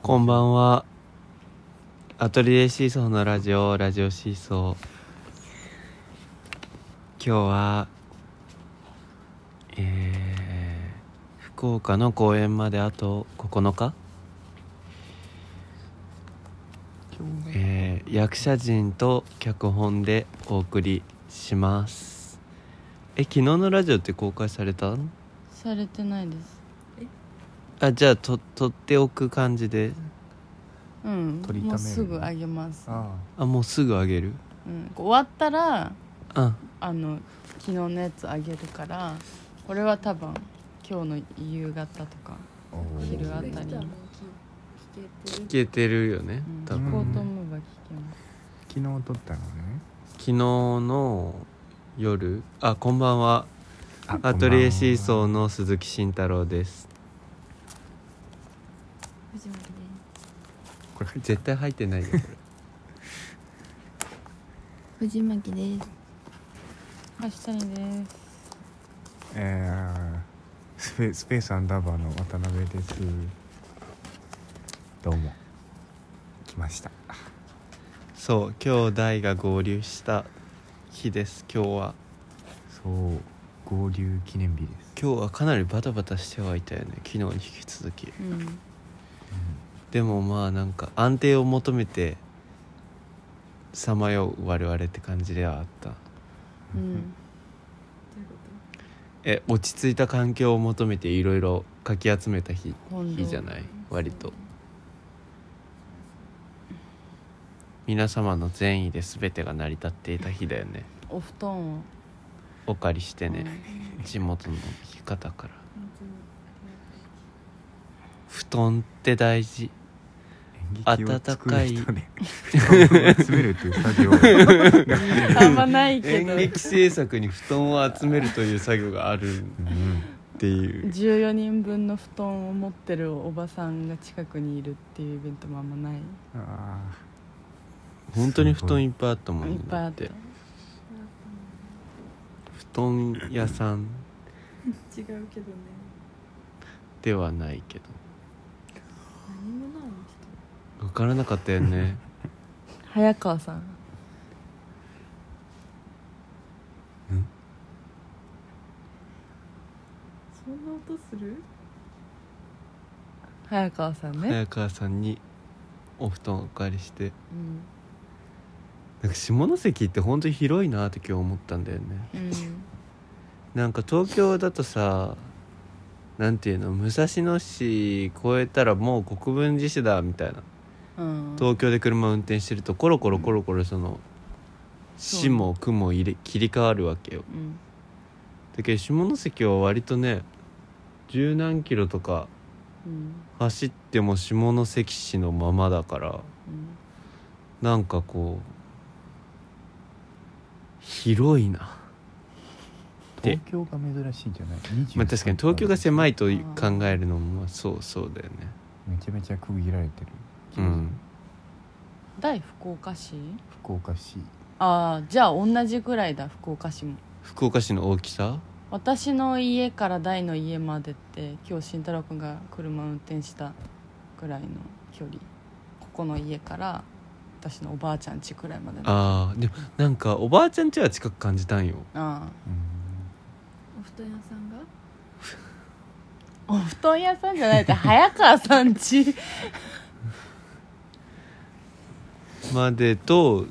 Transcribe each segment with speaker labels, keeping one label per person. Speaker 1: こんばんは。アトリエシーソーのラジオ、ラジオシーソー。今日は、えー、福岡の公演まであと9日、えー、役者陣と脚本でお送りします。え、昨日のラジオって公開されたの
Speaker 2: されてないです
Speaker 1: あ、じゃあ、と、撮っておく感じで。
Speaker 2: うん
Speaker 3: 取りためる
Speaker 2: もうすぐあげます、
Speaker 3: あ
Speaker 1: あ、もうすぐあげる
Speaker 2: うん、終わったら
Speaker 1: あ、
Speaker 2: あの昨日のやつあげるからこれは多分今日の夕方とか、
Speaker 3: あおー
Speaker 2: 昼あたり
Speaker 1: 聞けてるよね
Speaker 2: う。ん、
Speaker 1: 多
Speaker 2: 聞
Speaker 1: 分
Speaker 2: こ。うと思えば聞けます
Speaker 3: 昨日撮ったのね
Speaker 1: 昨日の夜あこんばんは
Speaker 3: あ
Speaker 1: アトリエシー
Speaker 3: ー
Speaker 1: ソーの鈴木慎太郎です
Speaker 4: 藤森で
Speaker 3: これ入って
Speaker 1: 絶対入ってないよこれ
Speaker 4: す藤巻です
Speaker 2: 明日にです
Speaker 3: えー、スペスペースアンダーバーの渡辺ですどうも来ました
Speaker 1: そう兄弟が合流した日です今日は
Speaker 3: そう合流記念日です
Speaker 1: 今日はかなりバタバタしてはいたよね昨日に引き続き
Speaker 2: うん
Speaker 1: でもまあなんか安定を求めてさまよう我々って感じではあった
Speaker 2: う
Speaker 3: うん
Speaker 2: ん
Speaker 1: え落ち着いた環境を求めていろいろかき集めた日
Speaker 2: 本
Speaker 1: 日じゃ
Speaker 2: い
Speaker 1: ない割と皆様の善意で全てが成り立っていた日だよね
Speaker 2: お布団を
Speaker 1: お借りしてね地元の方から布団って大事
Speaker 3: 演劇を作る人で集めるっていう作業
Speaker 2: うんあんまないけど
Speaker 1: 演劇制作に布団を集めるという作業があるっ
Speaker 3: うん
Speaker 1: ていう
Speaker 2: 14人分の布団を持ってるおばさんが近くにいるっていうイベントもあんまないい
Speaker 3: あ
Speaker 1: 本当に布団いっぱいあったもん
Speaker 2: っぱいあ
Speaker 1: だ
Speaker 2: っ
Speaker 1: ったて布団屋さん
Speaker 4: 違うけどね
Speaker 1: ではないけど
Speaker 4: 何もない
Speaker 1: 分からなかったよね
Speaker 2: 早川さん
Speaker 4: そんな音する
Speaker 2: 早川さんね、
Speaker 1: 早川さんにお布団お借りして
Speaker 2: うん
Speaker 1: なんか下関って本当に広いなって今日思ったんだよね
Speaker 2: うん
Speaker 1: なんか東京だとさなんていうの武蔵野市越えたらもう国分寺市だみたいな
Speaker 2: うん
Speaker 1: 東京で車運転してるとコロコロコロコロその市も区も入れ切り替わるわけよ
Speaker 2: うん
Speaker 1: だけど下関は割とね十何キロとか
Speaker 2: うん
Speaker 1: 走っても下関市のままだから
Speaker 2: うん
Speaker 1: なんかこう広いな
Speaker 3: ー東京が珍しいんじゃない
Speaker 1: まあ確かに東京が狭
Speaker 3: い
Speaker 1: いと考えるのもまあそうそうだよね
Speaker 3: めちゃめちゃ区切られて
Speaker 1: う
Speaker 3: る
Speaker 1: ん
Speaker 2: 大福岡市
Speaker 3: 福岡市
Speaker 2: ああじゃあ同じくらいだ福岡市も
Speaker 1: 福岡市の大きさ
Speaker 2: 私の家から大の家までって今日慎太郎君が車運転したぐらいの距離ここの家から私のおばあちゃん家くらいまでのあ
Speaker 1: ああでもなんかおばあちゃん家は近く感じたんよ
Speaker 2: あ
Speaker 3: うん
Speaker 4: お布団屋さんが
Speaker 2: お布団屋さんじゃないって早川さん家
Speaker 1: までと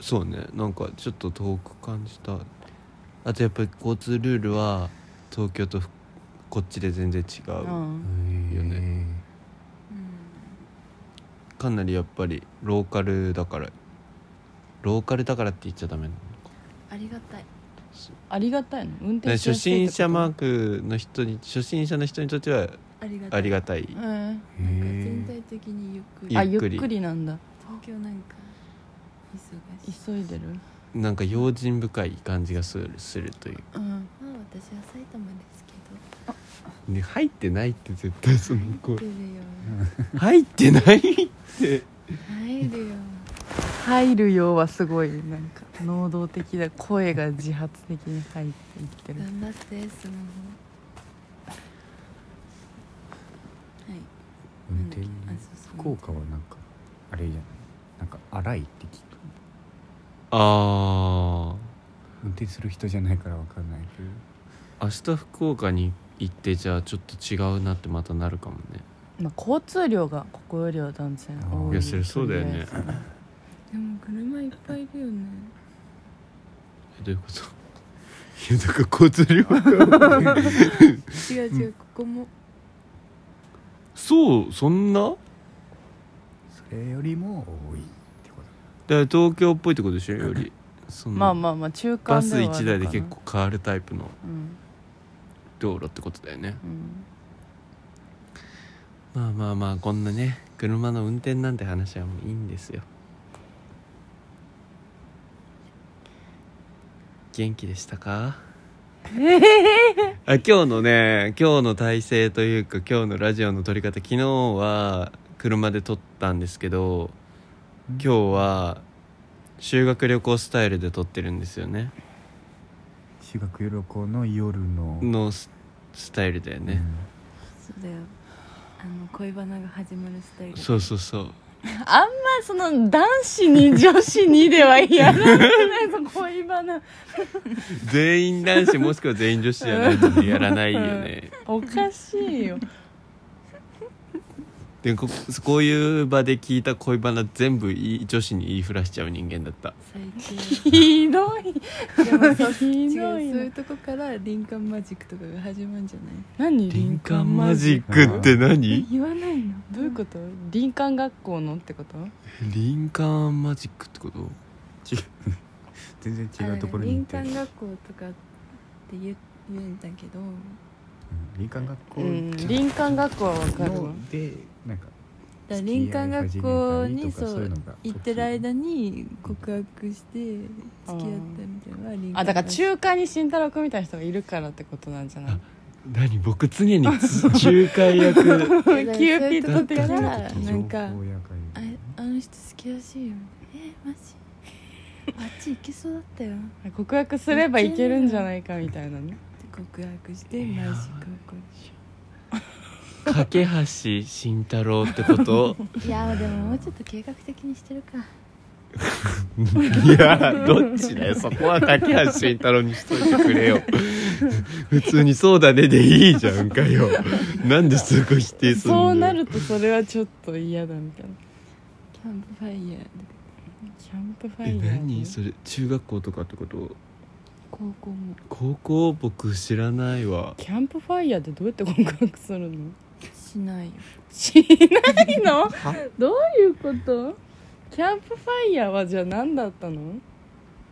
Speaker 1: そうねなんかちょっと遠く感じたあとやっぱり交通ルールは東京とふこっちで全然違う、
Speaker 2: うん
Speaker 1: いいよねかなりやっぱりローカルだからローカルだからって言っちゃダメなの
Speaker 4: ありがたい
Speaker 2: ありがたいの運
Speaker 1: で
Speaker 2: 転し
Speaker 1: 初
Speaker 2: やす
Speaker 1: 心
Speaker 2: いって
Speaker 1: 者
Speaker 2: こと
Speaker 1: マークの人に初心者の人にとっては
Speaker 4: ありがたい
Speaker 1: ありがたい
Speaker 2: うん
Speaker 3: へ
Speaker 4: なんか
Speaker 3: え
Speaker 4: 全体的にゆっくり
Speaker 2: あ
Speaker 1: ゆ
Speaker 2: ゆ
Speaker 1: っくり
Speaker 2: っくりなんだ
Speaker 4: 東京なんか忙しい
Speaker 2: 急いでる
Speaker 1: なんか用心深い感じがするするという
Speaker 2: うん
Speaker 4: まあ私は埼玉ですけど
Speaker 1: ね、入ってないって絶対その声
Speaker 4: 入るよ
Speaker 1: 入ってないって
Speaker 4: 入るよ
Speaker 2: 入るようはすごいなんか能動的だ声が自発的に入っていってる
Speaker 4: 頑張ってスマホはい
Speaker 3: 運転
Speaker 4: あ
Speaker 3: 福岡はなんかあれじゃないなんか荒いって聞く
Speaker 1: あ
Speaker 3: 運転する人じゃないからわかんないけど
Speaker 1: あ明日福岡に行ってじゃあちょっと違うなってまたなるかもね
Speaker 2: まあ、交通量がここよりは断然多い
Speaker 1: いやそれそうだよね
Speaker 2: とりあえず
Speaker 4: でも車いっぱいいる よね
Speaker 1: えどういうこと いやだから交通量が
Speaker 4: 違う違うここも
Speaker 1: そうそんなだか
Speaker 3: それよりも多いってこと
Speaker 1: ら東京っぽいってことでしょよ りその
Speaker 2: まあまあまあ中間
Speaker 1: バ
Speaker 2: で
Speaker 1: ス
Speaker 2: はあるか
Speaker 1: 1
Speaker 2: な
Speaker 1: 台で結構変わるタイプの
Speaker 2: うん、
Speaker 1: 道路ってことだよね
Speaker 2: うん、
Speaker 1: まあまあまあこんなね車の運転なんて話はもういいんですよ元気でしたかあ今日のね今日の体制というか今日のラジオの撮り方昨日は車で撮ったんですけど今日は修学旅行スタイルで撮ってるんですよね
Speaker 3: 修学旅行の夜の
Speaker 1: のススタイルだよね、
Speaker 4: そうだよあの恋バナが始まるスタイル
Speaker 1: そうそうそう
Speaker 2: あんまその男子に女子にではやらなくないぞ恋バナ
Speaker 1: 全員男子もしくは全員女子じゃないとやらないよね
Speaker 2: おかしいよ
Speaker 1: でここういう場で聞いた恋バナ全部いい女子に言いふらしちゃう人間だった
Speaker 4: 最
Speaker 2: ひどい
Speaker 4: 近でもそう
Speaker 2: ひ
Speaker 4: 違うそう
Speaker 2: どい
Speaker 4: いう
Speaker 2: な
Speaker 4: とこから林間マジックとかが始まるんじゃない
Speaker 2: 何
Speaker 1: 林間マジックって
Speaker 4: え
Speaker 1: 何
Speaker 4: 言わないの
Speaker 2: どういうこと林間学校のってこと
Speaker 1: 林間マジックってこと
Speaker 3: 全然違うところに行った
Speaker 4: あ
Speaker 3: り
Speaker 4: なんか林間学校とかって言う言うんだけど
Speaker 3: 林間学校
Speaker 2: うん林間学校はわかるわ
Speaker 3: のでなんか
Speaker 4: だから林間学校
Speaker 3: 付き合い始めた
Speaker 4: に
Speaker 3: りとか
Speaker 4: そう
Speaker 3: いうのが
Speaker 4: 行ってる間に告白し
Speaker 2: あ
Speaker 4: て付
Speaker 2: ー
Speaker 4: き合ったみたいなのが林間
Speaker 2: あだから中間に慎太郎君みたいな人がいるからってことなんじゃない
Speaker 1: 何僕常に仲介役
Speaker 4: 学校
Speaker 2: キューピッド
Speaker 4: だ
Speaker 2: 的
Speaker 4: か
Speaker 2: な
Speaker 4: ら
Speaker 3: ちょっと
Speaker 4: なんか
Speaker 3: 情報屋
Speaker 4: あ
Speaker 3: がいる
Speaker 4: あの人好きらしいよえマジあっち行けそうだったよ
Speaker 2: 告白すればいけるんじゃないかみたいなね
Speaker 4: 告白してマジ告
Speaker 1: 架け橋慎太郎ってこと
Speaker 4: 白いやでももうちょっと計画的にしてるか
Speaker 1: いやどっちだよそこは架け橋慎太郎にしといてくれよ普通に「そうだね」でいいじゃんかよなんでそこ否定するんだよ
Speaker 2: そうなるとそれはちょっと嫌だみたいな
Speaker 4: キャンプファイヤーとか
Speaker 2: キャンプファ
Speaker 1: え
Speaker 2: イヤー
Speaker 1: 何それ中学校とかってこと
Speaker 4: 高校も
Speaker 1: 高校僕知らないわ
Speaker 2: キャンプファイヤーってどうやって告白するの
Speaker 4: しないよ
Speaker 2: しないのどういうことキャンプファイヤーはじゃあ何だったの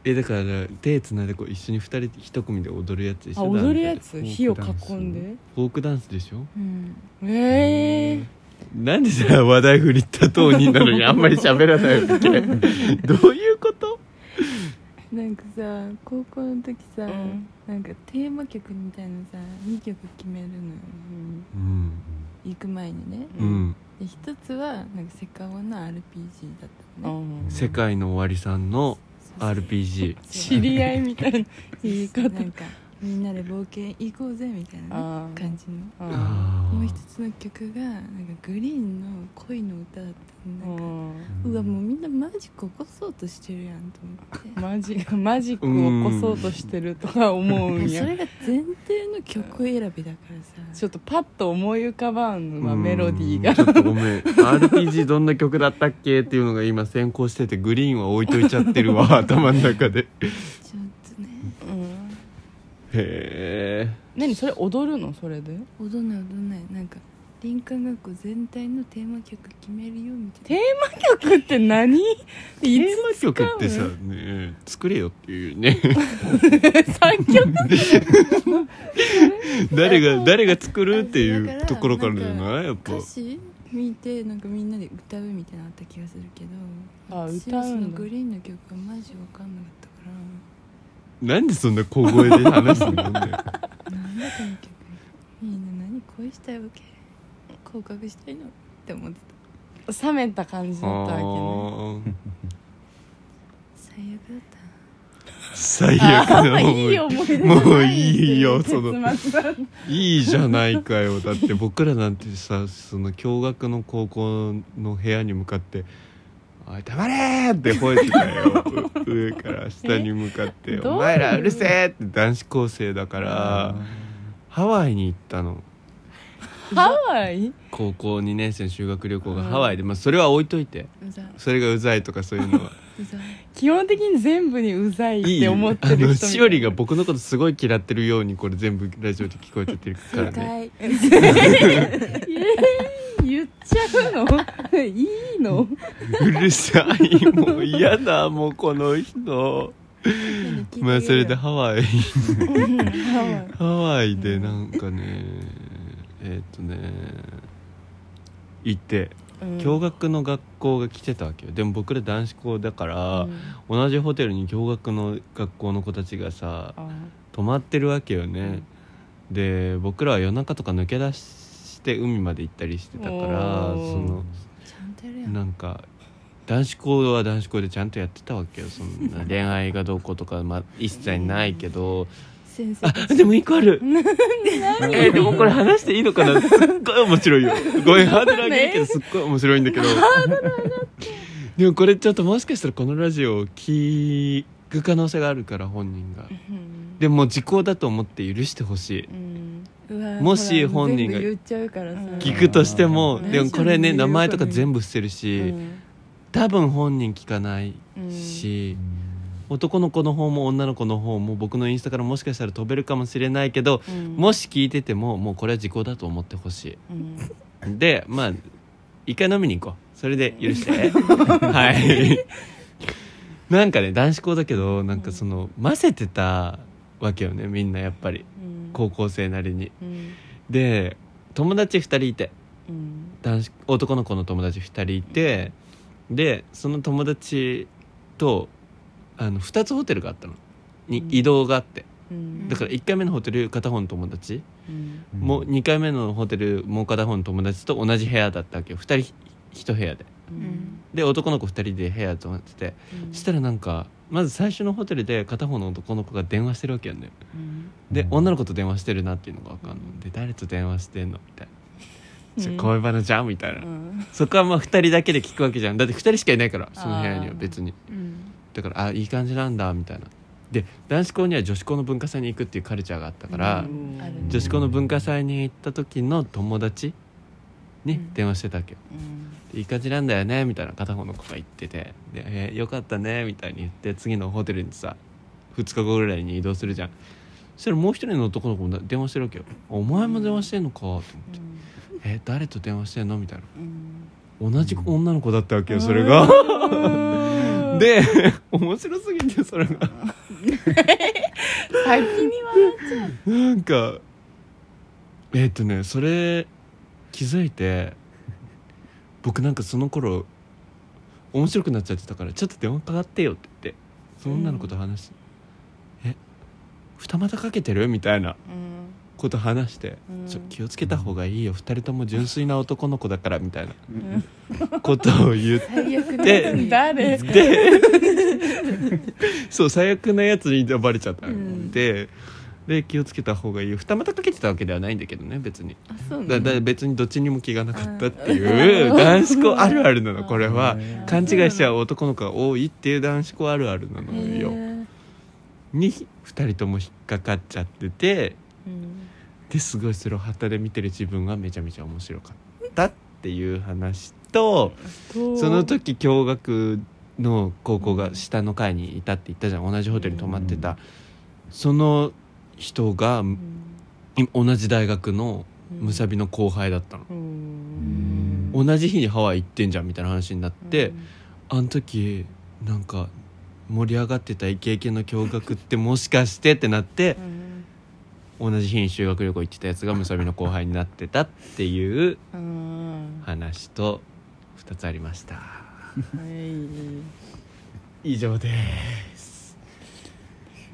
Speaker 1: えだから手つないでこう一緒に二人で一組で踊るやつでし
Speaker 2: あ
Speaker 1: ょ
Speaker 2: 踊るや
Speaker 1: 男
Speaker 2: つ
Speaker 1: 女で
Speaker 2: 火を囲んで
Speaker 1: フォークダンスでしょ
Speaker 4: うん
Speaker 2: ええ
Speaker 1: なんでさ話題振りった当人なのにあんまり喋らないわ けどういうこと
Speaker 4: なんかさ高校の時さ、
Speaker 2: うん
Speaker 4: なんかテーマ曲みたいなさ2曲決めるのよ
Speaker 2: うん
Speaker 1: うん
Speaker 4: 行く前にね
Speaker 1: うん
Speaker 4: で一つはなんかセカオの RPG だったのね
Speaker 2: あ
Speaker 1: 世界の終わりさんの RPG
Speaker 2: ー知り合いみたいな言い方
Speaker 4: なんかみんなで冒険行こうぜみたいなね
Speaker 2: あー
Speaker 4: 感じの
Speaker 2: あ
Speaker 1: あ
Speaker 4: もう一
Speaker 1: ー
Speaker 4: つの曲がなんかグリーンの恋の歌だった
Speaker 2: ー
Speaker 4: のなんか
Speaker 2: うん
Speaker 4: うわもうみんなマジック起こそうとしてるやんと思
Speaker 2: マジックマジックを起こそうとしてるとは思う
Speaker 4: って
Speaker 2: ん
Speaker 4: そ
Speaker 2: や
Speaker 4: れが前提の曲選びだから
Speaker 2: ち
Speaker 4: さ
Speaker 2: ょっとパッと思い浮かばんの
Speaker 1: う
Speaker 2: は
Speaker 1: ん
Speaker 2: メロディーが
Speaker 1: ちょっとごめん RPG どんな曲だったっけっていうのが今先行しててグリーンは置いといちゃってるわ頭の中で
Speaker 4: ちょっとね
Speaker 2: うん
Speaker 1: へえ
Speaker 2: 何それ踊るのそれで
Speaker 4: 踊んない踊んないなんか林間学校全体のテーマ曲決めるよみたい
Speaker 2: テ
Speaker 4: な
Speaker 2: ーマ曲って何
Speaker 1: テ
Speaker 2: い
Speaker 1: ーマ
Speaker 2: つ使う
Speaker 1: 曲ってさ、ね、作れよっていうね
Speaker 2: 作曲
Speaker 1: 誰が誰が作るってい
Speaker 4: あそう
Speaker 1: う
Speaker 4: だから
Speaker 1: ところからじゃないやっぱ
Speaker 4: 歌詞見てなんかみんなで歌うみたいなのあった気がするけど
Speaker 2: あ
Speaker 4: 私
Speaker 2: 歌
Speaker 4: は
Speaker 2: う
Speaker 4: その
Speaker 2: んだ
Speaker 4: グリーンの曲がマジ分かんなかったから
Speaker 1: なんでそんな小声で話すのね
Speaker 4: なんだこの曲みんな何恋したいわけ告白したいのって思ってた
Speaker 2: 冷めた感じだったわけ
Speaker 1: あ
Speaker 2: ね
Speaker 1: ー
Speaker 4: 最悪だっ
Speaker 1: 最悪だ
Speaker 2: あ
Speaker 1: もう
Speaker 2: いい思い出
Speaker 1: もういいよその
Speaker 2: 結末だった
Speaker 1: いいじゃないかよだって僕らなんてさその共学の高校の部屋に向かって「おい黙れ!」って吠えてたよう上から下に向かって
Speaker 2: え
Speaker 1: 「
Speaker 2: どうい
Speaker 1: お
Speaker 2: う
Speaker 1: 前らうるせえ!」って男子高生だからハワイに行ったの
Speaker 2: ハワイ
Speaker 1: 高校2年生の修学旅行が
Speaker 2: うん
Speaker 1: ハワイで、まあ、それは置いといて
Speaker 4: うざいう
Speaker 1: それがうざいとかそういうのは
Speaker 4: ざい
Speaker 2: 基本的に全部にうざ いっ
Speaker 1: いい
Speaker 2: て思ってる人
Speaker 1: あの
Speaker 2: みたい
Speaker 1: しおりが僕のことすごい嫌ってるようにこれ全部ラジオで聞こえててるから
Speaker 4: 正
Speaker 1: ね
Speaker 4: 解
Speaker 2: 言っちゃうのいいの
Speaker 1: うるさいもう嫌だもうこの人まあそれでハ ワイ
Speaker 2: ハ
Speaker 1: ハワイでなんかねえーっとね行って
Speaker 2: ワイうん
Speaker 1: 共学の学校が来てたわけよでも僕ら男子校だから、
Speaker 2: うん
Speaker 1: 同じホテルに共学の学校の子たちがさ
Speaker 2: あ
Speaker 1: 泊まってるわけよね、で僕らは夜中とか抜け出して海まで行ったりしてたから
Speaker 2: おー
Speaker 1: その
Speaker 4: ちゃんとやるやん
Speaker 1: なんか男子校は男子校でちゃんとやってたわけよそんな恋愛がどうこうとか、まあ、一切ないけど、
Speaker 4: 先生
Speaker 1: あ
Speaker 4: たち
Speaker 1: でも一個あ るえーでもこれ話していいのかなすっごい面白いよごめんハードル上げるけどすっごい面白いんだけどでもこれちょっともしかしたらこのラジオを聞く可能性があるから本人が
Speaker 2: うん
Speaker 1: でも時効だと思って許してほし
Speaker 2: うん
Speaker 4: うわ
Speaker 1: もし
Speaker 4: ほら
Speaker 1: 本人が
Speaker 4: 全部言っちゃうからさ
Speaker 2: うん
Speaker 1: い聞くとしても
Speaker 4: うん
Speaker 1: でもこれね
Speaker 4: うん
Speaker 1: 名前とか全部伏せる
Speaker 2: う
Speaker 1: し
Speaker 2: ん
Speaker 1: 多分本人聞かない
Speaker 2: うん
Speaker 1: し、男の子の方も女の子の方も僕のインスタからもしかしたら飛べるかもしれないけど、
Speaker 2: うん
Speaker 1: もし聞いててももうこれは時効だと思ってほし
Speaker 2: うん
Speaker 1: いでまあ一回飲みに行こうそれで許して はいなんかね男子校だけどなんかその混ぜてたわけよねみんなやっぱり
Speaker 2: うん
Speaker 1: 高校生なりに
Speaker 2: うん
Speaker 1: で友達2人いて
Speaker 2: うん
Speaker 1: 男子男の子の友達2人いてでその友達とあの2つホテルがあったのに
Speaker 2: うん
Speaker 1: 移動があって
Speaker 2: うん
Speaker 1: だから1回目のホテル片方の友達、
Speaker 2: うん
Speaker 1: もう2回目のホテルもう片方の友達と同じ部屋だったわけよ2人1部屋で
Speaker 2: うん
Speaker 1: で男の子2人で部屋泊まってて
Speaker 2: うん
Speaker 1: したらなんかまず最初のホテルで片方の男の子が電話してるわけよね
Speaker 2: うん
Speaker 1: で
Speaker 3: うん
Speaker 1: 女の子と電話してるなっていうのが分かんので誰と電話してんのみたいな「ちょ
Speaker 2: うん
Speaker 1: 恋バナじゃん」みたいな
Speaker 2: うん
Speaker 1: そこはまあ2人だけで聞くわけじゃんだって2人しかいないからその部屋には
Speaker 2: あー
Speaker 1: 別に
Speaker 4: うん
Speaker 1: だからあいい感じなんだみたいなで男子校には女子校の文化祭に行くっていうカルチャーがあったから、
Speaker 2: うん
Speaker 4: ある
Speaker 1: 女子校の文化祭に行った時の友達
Speaker 4: う
Speaker 1: に
Speaker 4: ん
Speaker 1: 電話してたわけよ、
Speaker 2: うん
Speaker 1: でいい感じなんだよねみたいな片方の子が言っててで、えーよかったねみたいに言って次のホテルにさ2日後ぐらいに移動するじゃんそしたらもう一人の男の子も電話してるわけよ「お前も電話してんのか」と思って「え誰と電話してんの?」みたいな
Speaker 2: うん
Speaker 1: 同じ女の子だったわけよそれが。
Speaker 2: うん
Speaker 1: で面白すぎてそれが
Speaker 2: 先に
Speaker 1: なんかえーっとねそれ気づいて僕なんかその頃面白くなっちゃってたから「ちょっと電話かかってよ」って言ってその女の子と話して「え二股かけてる?」みたいな
Speaker 2: うん
Speaker 1: こと話して「
Speaker 2: うん
Speaker 1: ちょ気をつけた方がいいよ二人とも純粋な男の子だから」みたいなことを言って
Speaker 4: 最悪のやつ
Speaker 1: で
Speaker 4: に
Speaker 2: 誰
Speaker 1: でそう最悪なやつにバレちゃった、
Speaker 4: ん
Speaker 1: でで気をつけた方がいいよ二股かけてたわけではないんだけどね別に
Speaker 4: あそう
Speaker 1: だ
Speaker 4: なん
Speaker 1: だ別にどっちにも気がなかったっていう男子校あるあるなのこれは
Speaker 3: うん
Speaker 1: 勘違いしちゃう男の子が多いっていう男子校あるあるなの
Speaker 4: へ
Speaker 1: よ
Speaker 4: ー
Speaker 1: に二人とも引っかかっちゃってて
Speaker 2: うん
Speaker 1: ですごいそれを旗で見てる自分がめちゃめちゃ面白かったっていう話とその時共学の高校が下の階にいたって言ったじゃん同じホテルに泊まってた、
Speaker 3: うん
Speaker 1: その人が
Speaker 2: うん
Speaker 1: い同じ大学のむさ
Speaker 2: び
Speaker 1: びの後輩だったの、
Speaker 2: うん
Speaker 1: 同じ日にハワイ行ってんじゃんみたいな話になって、あの時なんか盛り上がってたイケイケの共学ってもしかしてってなって
Speaker 2: うん
Speaker 1: 同じ日に修学旅行行ってたやつがむさびの後輩になってたっていう
Speaker 2: うん
Speaker 1: 話と2つありました
Speaker 2: はい
Speaker 1: 以上です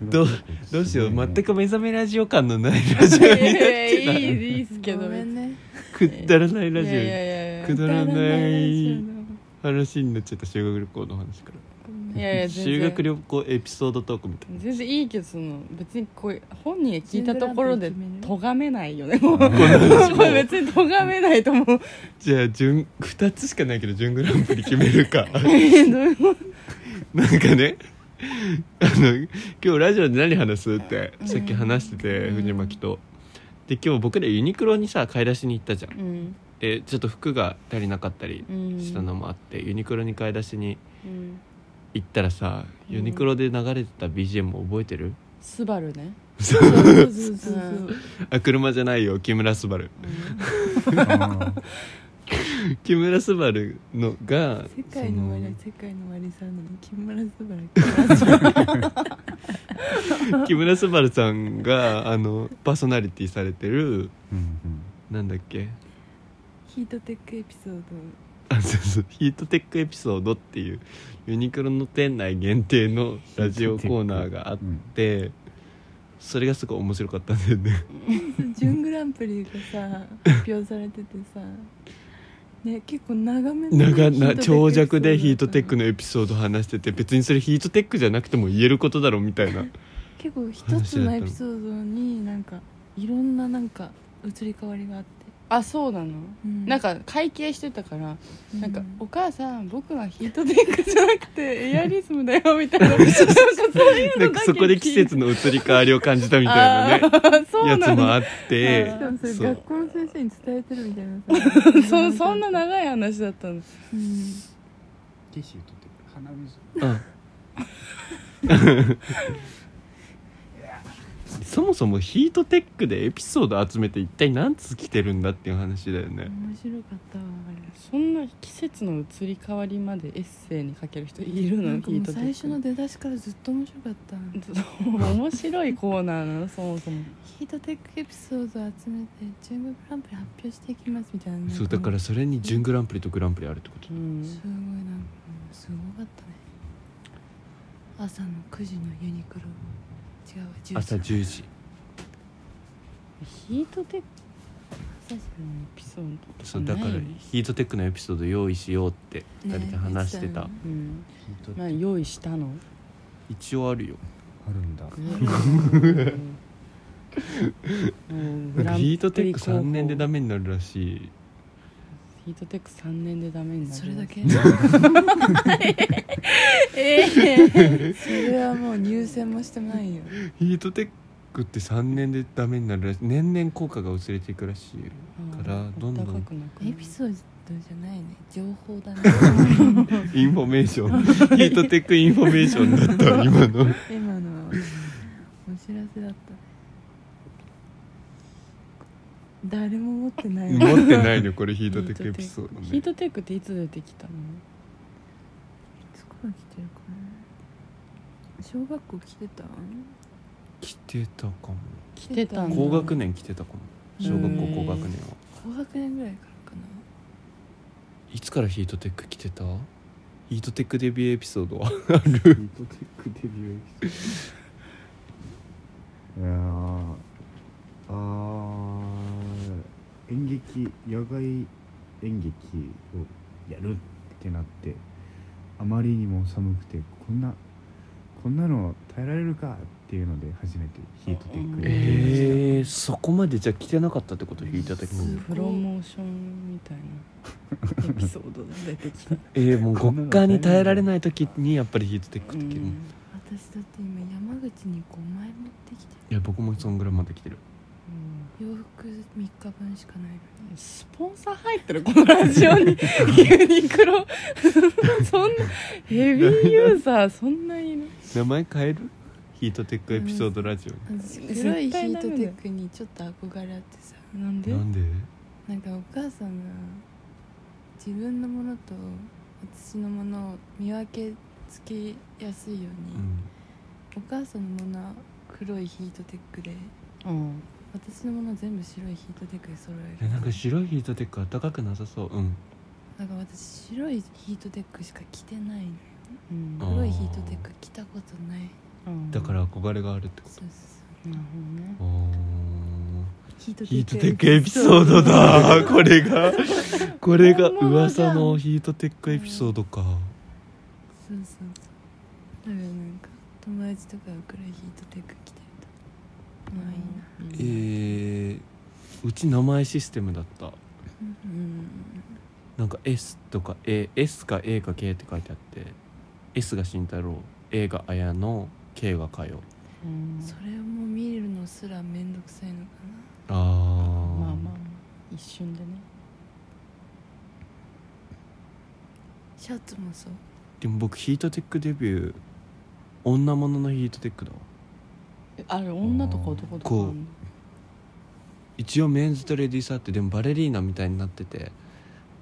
Speaker 1: どうどうしよう全く目覚めラジオ感のないラジオになっ
Speaker 2: い
Speaker 1: て
Speaker 2: やいや
Speaker 1: ない
Speaker 2: い
Speaker 1: い
Speaker 2: いいですけど
Speaker 4: ごめんね
Speaker 1: くだらないラジ
Speaker 2: いやい
Speaker 1: オ
Speaker 2: やいや
Speaker 1: くだらな
Speaker 4: ラジ
Speaker 1: い
Speaker 4: オだ
Speaker 1: 話になっちゃった修学旅行の話から
Speaker 4: ごめん
Speaker 2: いやいや全然
Speaker 1: 修学旅行エピソードトークみたいな
Speaker 2: 全然いいけどその別にこういう本人が聞いたところで
Speaker 4: 準グランプ
Speaker 2: 咎め
Speaker 4: リ決める
Speaker 2: ないよねもうこれ別に咎めないと思う
Speaker 1: じゃあ準2つしかないけど準グランプリ決めるかなんかねあの今日ラジオで何話すってさっき話してて
Speaker 2: うん
Speaker 1: 藤巻とで今日僕らユニクロにさ買い出しに行ったじゃん
Speaker 2: うん
Speaker 1: でちょっと服が足りなかったり
Speaker 2: うん
Speaker 1: したのもあって、ユニクロに買い出しに
Speaker 2: うん
Speaker 1: 行ったらさ
Speaker 2: うん
Speaker 1: ユニクロで流れてた BGM 覚えてる、
Speaker 2: スバルね
Speaker 4: そうそうそうそう
Speaker 1: あ車じゃないよ木村昴
Speaker 3: あ
Speaker 1: 木村昴のが
Speaker 4: 世界の終わりは
Speaker 1: そ
Speaker 4: 世界の終わりさんなのに木村昴
Speaker 1: の木村昴さんがあのパーソナリティされてる
Speaker 3: ーうんうん
Speaker 1: なんだっけ
Speaker 4: ヒートテックエピソード
Speaker 1: あそうそうヒートテックエピソードっていうユニクロの店内限定のラジオコーナーがあってそれがすごい面白かったんだよね
Speaker 4: 準グランプリがさ発表されててさね結構長めのね
Speaker 1: 長な
Speaker 4: ヒートテックエピソードだ
Speaker 1: 長
Speaker 4: ったの
Speaker 1: 尺でヒートテックのエピソード話してて別にそれヒートテックじゃなくても言えることだろみたいな
Speaker 4: 結構一つのエピソードになんかいろんななんか移り変わりがあって、
Speaker 2: あそうなの、
Speaker 4: うん
Speaker 2: なんか会計してたから、
Speaker 4: うん
Speaker 2: なんか「お母さん僕はヒートテックじゃなく てエアリズムだよ」みたいななんかそう いう
Speaker 1: な
Speaker 2: のだ
Speaker 1: ん
Speaker 2: け
Speaker 1: かそこで季節の移り変わりを感じたみたいなね
Speaker 2: あーそう
Speaker 1: やつ
Speaker 2: な
Speaker 1: も
Speaker 2: の
Speaker 1: あって
Speaker 4: しかもそれ
Speaker 1: そう
Speaker 4: 学校の先生に伝えてるみたいな
Speaker 2: そそんな
Speaker 4: な、
Speaker 2: 長い話だったの
Speaker 4: うん
Speaker 5: ティッシュ取って鼻水
Speaker 1: うん そもそもヒートテックでエピソード集めて一体何つ来てるんだっていう話だよね
Speaker 4: 面白かったわあ
Speaker 2: そんな季節の移り変わりまでエッセイに書ける人いるの
Speaker 4: れなんかもう
Speaker 2: ヒートテック
Speaker 4: 最初の出だしからずっと面白かった
Speaker 2: 面白いコーナー なのそもそも
Speaker 4: ヒートテックエピソードを集めて中国グランプリ発表していきますみたいな
Speaker 1: そうだからそれに準グランプリとグランプリあるってこと
Speaker 2: うん
Speaker 4: すごいなんかすごかったね朝の9時のユニクロ違うわ10時
Speaker 1: 朝10時
Speaker 2: ヒートテックのエピソード
Speaker 1: そうだから
Speaker 2: ないよね
Speaker 1: ヒートテックのエピソード用意しようって2人で話してた、
Speaker 4: ね
Speaker 2: うん
Speaker 5: ヒート
Speaker 2: まあ用意したの
Speaker 1: 一応あるよ
Speaker 3: あるんだ
Speaker 2: うん
Speaker 1: なんかヒートテック
Speaker 2: グ
Speaker 1: 3
Speaker 2: ランプリ候補
Speaker 1: 年でダメになるらしい
Speaker 2: ヒートテック3年でダメになる
Speaker 4: それ だけ
Speaker 2: え
Speaker 4: それはもう入選もしてないよ
Speaker 1: ヒートテックって3年でダメになるらしい年々効果が薄れていくらしいよからどんどん
Speaker 2: 高くなくなる
Speaker 4: エピソードじゃないね情報だね
Speaker 1: インフォメーショ ンヒートテックインフォメーションだった今の
Speaker 4: 今のはお知らせだったね誰も持ってないわ
Speaker 1: 持ってないのこれヒートテックエピソード
Speaker 2: ヒー
Speaker 1: ね
Speaker 2: トテックっていつ出てきたの
Speaker 4: いつから来てるかな小学校来てた
Speaker 1: 来てたかも
Speaker 2: 来てたんだ
Speaker 1: 高学年来てたかも小学校
Speaker 2: へー
Speaker 1: 高学年は
Speaker 4: 高学年ぐらいからかない
Speaker 1: つからヒートテック来てたヒートテックデビューエピソードは
Speaker 5: ヒートテックデビューエピソ
Speaker 3: いやーあー演劇野外演劇をやるってなってあまりにも寒くてこんなこんなの耐えられるかっていうので初めてヒートテック
Speaker 2: へ
Speaker 3: やりました
Speaker 1: えー、そこまでじゃあ来てなかったってことヒートテッ
Speaker 4: す
Speaker 1: ク
Speaker 2: プロモーションみたいなエピソードが出てきた、
Speaker 1: えー、もう極寒に耐えられない時にやっぱりヒートテックって来る、
Speaker 2: う
Speaker 1: い
Speaker 2: ん
Speaker 4: 私だって今山口に5枚持ってきて
Speaker 1: や僕もそんぐらいまで来てる
Speaker 4: 洋服3日分しかないのに
Speaker 2: スポンサー入ってるこのラジオにユニクロそんなヘビーユーザーそんないる
Speaker 1: 名前変えるヒートテックエピソードラジオに、
Speaker 4: 私
Speaker 2: 絶
Speaker 4: 黒
Speaker 2: 対
Speaker 4: いヒ
Speaker 2: ダメだよ
Speaker 4: ートテックにちょっと憧れあってさ
Speaker 2: なんで
Speaker 1: なんで
Speaker 4: なんかお母さんが自分のものと私のものを見分けつけやすいように、
Speaker 1: うん
Speaker 4: お母さんのものは黒いヒートテックで
Speaker 2: うん
Speaker 4: 私のものは全部白いヒートテックで揃え
Speaker 1: え
Speaker 4: る
Speaker 1: なんか白いヒートテックあったかくなさそううん
Speaker 4: なんか私白いヒートテックしか着てないの
Speaker 2: うん
Speaker 1: あ
Speaker 4: 黒いヒートテック着たことない
Speaker 2: うん
Speaker 1: だか
Speaker 2: なる
Speaker 1: ら憧れがあるってこ
Speaker 4: そうそう
Speaker 2: ほ
Speaker 4: そ
Speaker 2: どね
Speaker 1: とお
Speaker 4: うヒート
Speaker 1: ーヒートテックエピソードだこれが これが
Speaker 2: 本物じゃ
Speaker 1: 噂
Speaker 2: ん
Speaker 1: のヒートテックエピソードか
Speaker 4: そうそうそう友達とかが黒いヒートテック着てるとまあいいな
Speaker 2: うん
Speaker 1: えー、うち名前システムだった
Speaker 4: うん
Speaker 1: なんか S とか AS か A か K って書いてあって S が慎太郎 A が綾乃 K が佳代
Speaker 2: うん
Speaker 4: それをもう見るのすら面倒くさいのか
Speaker 1: あー
Speaker 2: まあまあまあ一瞬でね
Speaker 4: なシャツもそう
Speaker 1: でも僕ヒートテックデビュー女物のヒートテックだわ
Speaker 2: えあれ女とか男とかあんの
Speaker 1: こ一応メンズとレディースあってでもバレリーナみたいになってて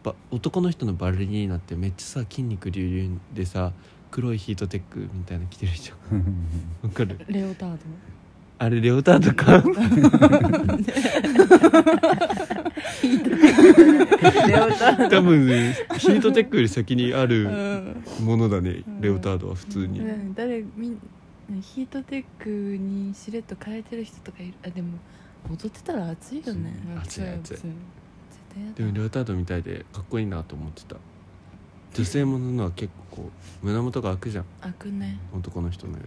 Speaker 1: ば男の人のバレリーナってめっちゃさ筋肉隆々でさ黒いヒートテックみたいなの着てるじゃん わかる
Speaker 2: レオタード
Speaker 1: あれレオタードか
Speaker 2: レオター
Speaker 1: 多分、ね、ヒートテックより先にあ
Speaker 2: ドう
Speaker 1: る
Speaker 2: ん
Speaker 1: ものだね
Speaker 2: うん
Speaker 1: レオタードは普通に
Speaker 2: う
Speaker 4: うん誰みんヒートテックにしれっと変えてる人とかいるあでも踊ってたら暑いよね
Speaker 1: 暑い暑い
Speaker 2: 普通
Speaker 4: 絶対やだ
Speaker 1: でもレオタードみたいでかっこいいなと思ってた女性もののは結構こう胸元が開くじゃん
Speaker 4: 開くね
Speaker 1: 男の人のよ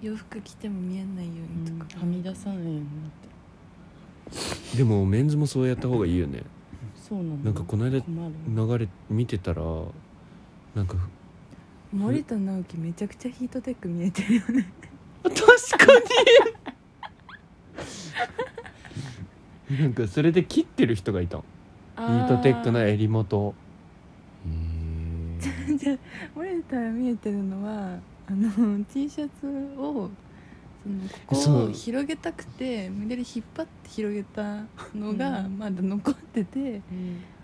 Speaker 1: り
Speaker 4: 洋服着ても見えないようにとか、
Speaker 2: はみ出さないようになって
Speaker 1: でもメンズもそうやった方がいいよね
Speaker 2: そうなの
Speaker 1: なんかこの間
Speaker 2: 困
Speaker 1: 流
Speaker 2: る
Speaker 1: れ見てたらなんか
Speaker 4: 森田直樹めちゃくちゃヒートテック見えてるよね
Speaker 1: 確かになんかそれで切ってる人がいたのヒートテックの
Speaker 4: い
Speaker 1: 襟元を
Speaker 4: じゃあ森田が見えてるのはあの T シャツをそのここ
Speaker 1: そ
Speaker 4: を
Speaker 1: う
Speaker 4: 広げたくて無理やり引っ張って広げたのがまだ残ってて
Speaker 2: うん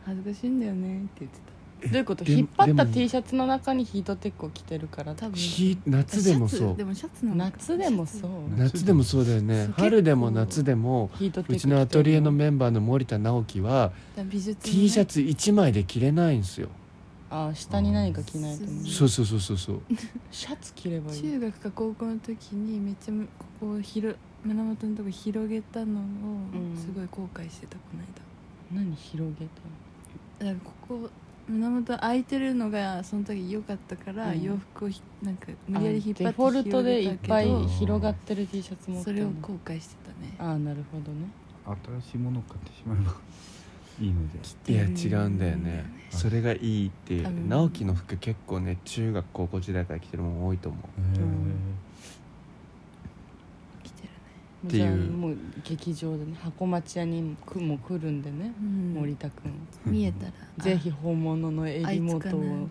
Speaker 4: 恥ずかしいんだよねって言って
Speaker 2: どういうこと
Speaker 1: で
Speaker 2: 引っ張っ
Speaker 1: で
Speaker 2: た
Speaker 1: も
Speaker 2: T シャツの中にヒートテックを着てるから
Speaker 4: た多分
Speaker 1: ひ夏でも
Speaker 4: シャ
Speaker 1: そ
Speaker 4: ツで
Speaker 1: う
Speaker 4: もシャツなのか
Speaker 2: 夏でもそう
Speaker 1: 夏でもそうだよ
Speaker 4: そ
Speaker 1: ね
Speaker 4: う
Speaker 1: 春でも
Speaker 4: 結構
Speaker 1: 夏でも
Speaker 2: ヒートテック
Speaker 1: うちのアトリエの
Speaker 2: 着て
Speaker 1: メ
Speaker 2: る
Speaker 1: ンバーの森田直樹は
Speaker 4: だから美術のね
Speaker 1: T シャツ1枚で着れないんですよ
Speaker 2: あ下に何か着ないと
Speaker 4: う
Speaker 2: 思
Speaker 4: ん
Speaker 2: う
Speaker 1: そうそうそうそうそう
Speaker 2: シャツ着ればいい
Speaker 4: 中学か高校の時にめっちゃここを広胸元のとこ広げたのを
Speaker 2: うん
Speaker 4: すごい後悔してた、この間
Speaker 2: 何広げた
Speaker 4: だからここ胸元空いてるのがその時良かったから、
Speaker 2: うん
Speaker 4: 洋服をひなんか無理やり引っ張って
Speaker 2: あデフォルトでいっぱい
Speaker 4: 広げ
Speaker 2: 広がってる T シャツ
Speaker 4: たけ
Speaker 2: 持
Speaker 4: ど
Speaker 2: って
Speaker 4: そ
Speaker 2: る
Speaker 4: れを後悔してたね
Speaker 2: ああなるほどね
Speaker 5: 新しいものを買ってしまえばいいので
Speaker 1: いや違うんだよねそれがいいって
Speaker 4: 多分
Speaker 1: 直樹の服結構ね中学高校時代から着てるもん多いと思う
Speaker 4: 着てる
Speaker 1: っ
Speaker 4: ね、
Speaker 1: ていう
Speaker 2: じゃあもう劇場でね箱町屋にくも来るんでね
Speaker 4: うん
Speaker 2: 森田君
Speaker 4: 見えたら
Speaker 2: ぜひ本物の襟元
Speaker 4: あいつかな
Speaker 2: を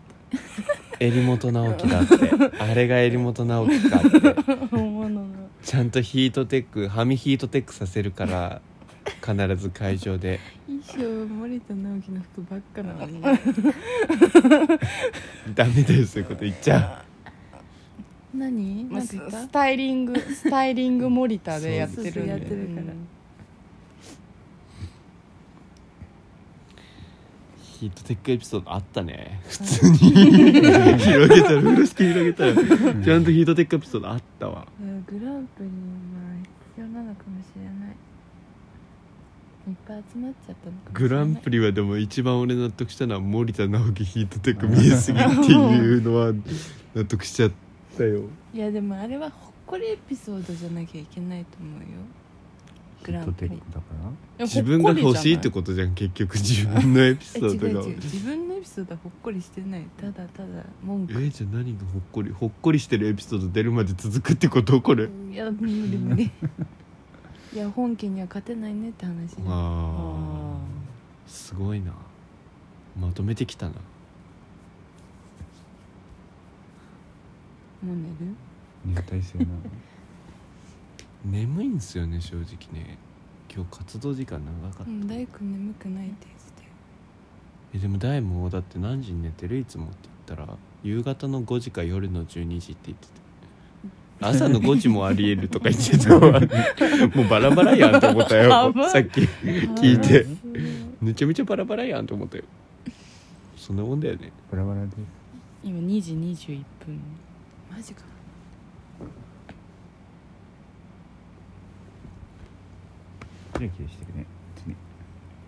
Speaker 1: 襟元直樹だってあれが襟元直樹かって
Speaker 2: 本物の
Speaker 1: ちゃんとヒートテックはみヒートテックさせるから必ず会場で
Speaker 4: あ衣装森田直樹の服ばっかなの に
Speaker 1: ダメだよそういうこと言っちゃ
Speaker 4: 何
Speaker 2: まあ
Speaker 4: なん
Speaker 2: ス
Speaker 4: か言った
Speaker 2: スタイリングスタイリング森田でやってるん
Speaker 4: そうそう
Speaker 2: で
Speaker 4: やってるから
Speaker 2: うん
Speaker 1: うヒートテックエピソードあったね普通に広げたら風呂敷広げたらちゃんとヒートテックエピソードあったわ
Speaker 4: いやグランプリは必要なのかもしれないいっぱい集まっちゃったのかもし
Speaker 1: グ
Speaker 4: れ
Speaker 1: ラ
Speaker 4: ない
Speaker 1: ンプリはでも一番俺納得したのは森田直樹ヒートテック見えすぎっていうのは納得しちゃったよ
Speaker 4: いやでもあれはほっこりエピソードじゃなきゃいけないと思うよグランプ
Speaker 3: ヒ
Speaker 4: リ
Speaker 3: ートテックだから
Speaker 2: でも
Speaker 1: 自分が欲しいって
Speaker 2: ほっこ
Speaker 1: ことじゃん結局自分のエピソ
Speaker 4: え違
Speaker 1: ー
Speaker 4: う
Speaker 1: ド
Speaker 4: 違う
Speaker 1: が
Speaker 4: 自分のエピソードはほっこりしてないただただ文
Speaker 1: え
Speaker 4: 句
Speaker 1: ー、じゃあ何がほっこりほっこりしてるエピソード出るまで続くってことこれ
Speaker 4: いや無理無理いや本家には勝てないねって話だよ
Speaker 2: りじゃ
Speaker 1: あ
Speaker 2: な
Speaker 1: ーすごいなまとめてきたな
Speaker 4: もう寝る
Speaker 3: 熱帯性な
Speaker 1: 眠いんですよね正直ね今日活動時間長かった、
Speaker 4: うん大工眠くないって言ってたよ
Speaker 1: えでも大もだって何時に寝てるいつもって言ったら夕方の5時か夜の12時って言ってた朝の5時もありえるとか言ってた わもうバラバラやんと思った
Speaker 2: や
Speaker 1: よ
Speaker 2: ばい
Speaker 1: さっき聞いて
Speaker 4: あーそう
Speaker 1: めちゃめちゃバラバラやんと思ったよそんなもんだよね
Speaker 3: バラバラで
Speaker 2: 今2時21分
Speaker 4: マジか
Speaker 3: キラキラしてるね常に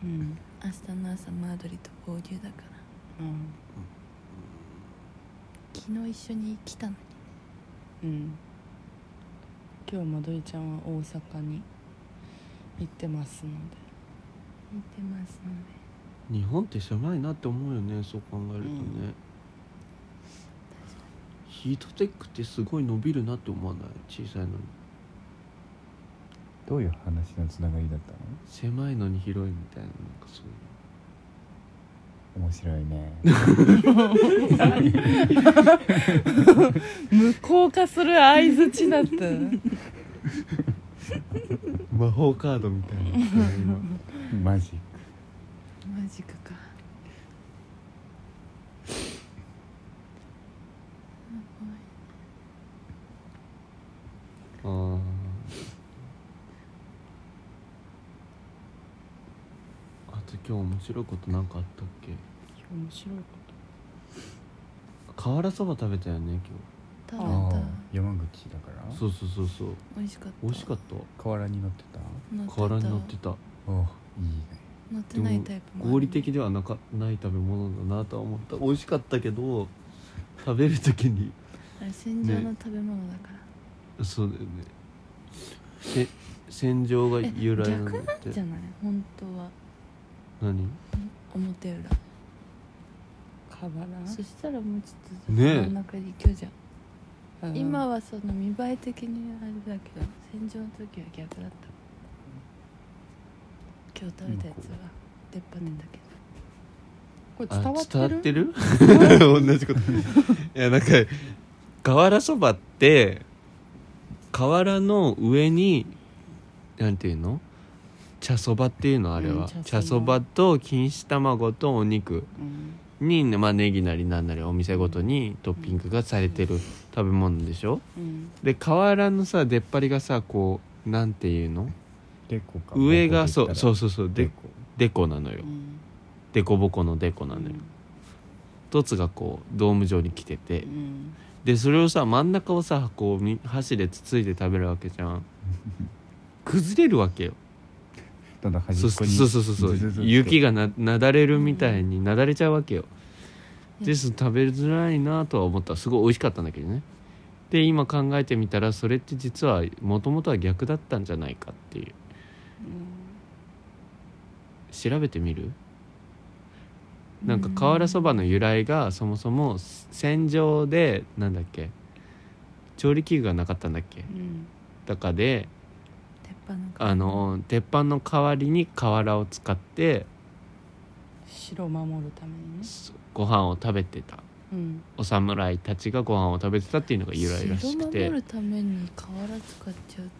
Speaker 2: うん、
Speaker 4: 明日の朝マードリと合流だから
Speaker 2: うん
Speaker 4: 昨日一緒に来たの
Speaker 2: う
Speaker 4: に
Speaker 2: ん今日まどりちゃんは大阪に行ってますので
Speaker 4: 見てますので
Speaker 1: 日本って狭いなって思うよねそう考えるとね、
Speaker 2: うん
Speaker 1: ヒートテックってすごい伸びるなって思わない小さいのに
Speaker 3: どういう話のつながりだったの
Speaker 1: 狭いのに広いみたいななんかそういう
Speaker 3: 面白いね
Speaker 2: 無効化する相づちだった
Speaker 1: 魔法カードみたいな 今
Speaker 3: マジ
Speaker 4: マジかか
Speaker 1: あーあと今日面白いことなんかあったっけ
Speaker 2: 面白いこ
Speaker 1: 瓦そば食べたよね
Speaker 4: 食べ
Speaker 3: あ
Speaker 4: た
Speaker 3: あ山口だから
Speaker 1: 今日そうそうそうそう
Speaker 4: 美味しかった
Speaker 1: 美味しかっ
Speaker 3: 河原に乗ってた
Speaker 4: 乗った
Speaker 1: 瓦に乗ってた
Speaker 3: おいいね
Speaker 4: 乗ってないタイプもある
Speaker 1: 合理的ではなかない食べ物だなとは思った美味しかったけど食べる時に
Speaker 4: あれ戦場の食べ物だから、
Speaker 1: そうだよねせ戦場が由来なの
Speaker 4: 逆
Speaker 1: っ
Speaker 4: じ
Speaker 1: て
Speaker 4: ゃない本当は
Speaker 1: 何
Speaker 4: 表裏
Speaker 2: とかば
Speaker 4: そ
Speaker 2: ら
Speaker 4: したらもうちょっと
Speaker 1: ねえ
Speaker 4: 真ん中で行くじゃん、
Speaker 2: うん
Speaker 4: 今はその見栄え的にあれだけど戦場の時は逆だった今日食べたやつは出っ張ってたけ
Speaker 2: これ
Speaker 4: ど、
Speaker 2: 伝わ
Speaker 1: あ
Speaker 2: ってる
Speaker 1: 伝わってる 同じこといやなんか瓦そばって瓦の上になんていうの茶そばっていうのあれは、
Speaker 2: うん
Speaker 1: 茶
Speaker 2: 茶
Speaker 1: そ
Speaker 2: そ
Speaker 1: ば
Speaker 2: ば
Speaker 1: と錦糸卵とお肉
Speaker 2: うん
Speaker 1: に、まあ、ネギなりなんなりお店ごとにトッピングがされてる食べ物でしょ
Speaker 2: うん
Speaker 1: で瓦のさ出っ張りがさこうなんていうの
Speaker 3: でこか
Speaker 1: 上がそうそううそうそう
Speaker 3: で
Speaker 1: で
Speaker 3: こ
Speaker 1: でこなのよ
Speaker 2: うん
Speaker 1: でこぼこのでこなのよ一つがこうドーム状に来て
Speaker 2: う
Speaker 1: て
Speaker 2: ん
Speaker 1: でそれをさ真ん中をさこうみ箸でつついて食べるわけじゃ ん崩れるわけよ
Speaker 3: ただ端
Speaker 1: そ
Speaker 3: っ
Speaker 1: うそ
Speaker 3: こ
Speaker 1: う
Speaker 3: に
Speaker 1: そうそう
Speaker 3: ずずずっと
Speaker 1: 雪がななだれるみたいになだれちゃうわけよ
Speaker 4: うん
Speaker 1: です食べづらいなとは思ったすごい美味しかったんだけどねで今考えてみたらそれって実はもともとは逆だったんじゃないかっていう調べてみるなんか瓦そばの由来がそもそも戦場でなんだっけ調理器具がなかったんだっけ
Speaker 2: うん
Speaker 1: だからで
Speaker 4: 鉄板の
Speaker 1: あの鉄板の代わりに瓦を使って
Speaker 2: 城を守るためにね
Speaker 1: ご飯を食べてた
Speaker 2: うん
Speaker 1: お侍たちがご飯を食べてたっていうのが由来らしく
Speaker 4: 城
Speaker 1: て
Speaker 4: 守るために瓦使っちゃうって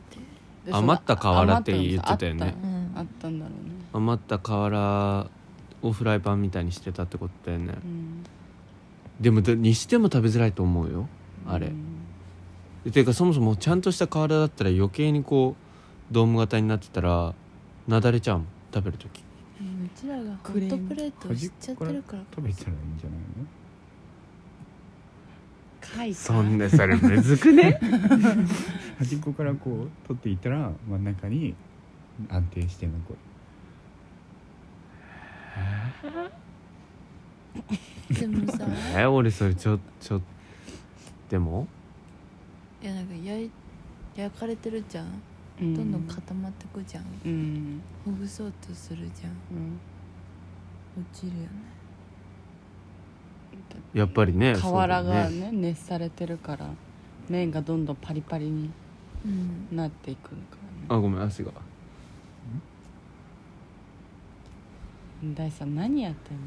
Speaker 2: で
Speaker 1: 余った
Speaker 2: その
Speaker 1: 瓦って言ってたよね
Speaker 2: 余ったんです
Speaker 4: ん
Speaker 2: あったあったんだろうね
Speaker 1: 余った瓦をフライパンみたいにしてたってことだよね
Speaker 2: うん
Speaker 1: でもだにしても食べづらいと思うよあれ
Speaker 2: うん
Speaker 1: ていうかそもそもちゃんとした瓦だったら余計にこうドーム型になってたらなだれちゃうもん食べる時
Speaker 4: うんうちらがホットプレートを知っちゃってるから
Speaker 3: 食べたらいいんじゃないの
Speaker 2: 貝か
Speaker 1: そんなそれむずくね
Speaker 3: 端っこからこう取っていったら真ん中に安定して残る
Speaker 4: でもさ
Speaker 1: え俺それちょちょでも
Speaker 4: いやなんか焼い焼かれてるじゃん
Speaker 2: う
Speaker 4: どんどん固まってくじゃん
Speaker 2: うん
Speaker 4: ほぐそうとするじゃん
Speaker 2: うん
Speaker 4: 落ちるよね
Speaker 1: やっぱりね
Speaker 2: 瓦
Speaker 1: そうだ
Speaker 2: が
Speaker 1: よね
Speaker 2: ね熱されてるから麺がどんどんパリパリに
Speaker 4: うん
Speaker 2: なっていくから
Speaker 1: あ
Speaker 2: ね
Speaker 1: ごめん足が
Speaker 2: 大地さん何やってんの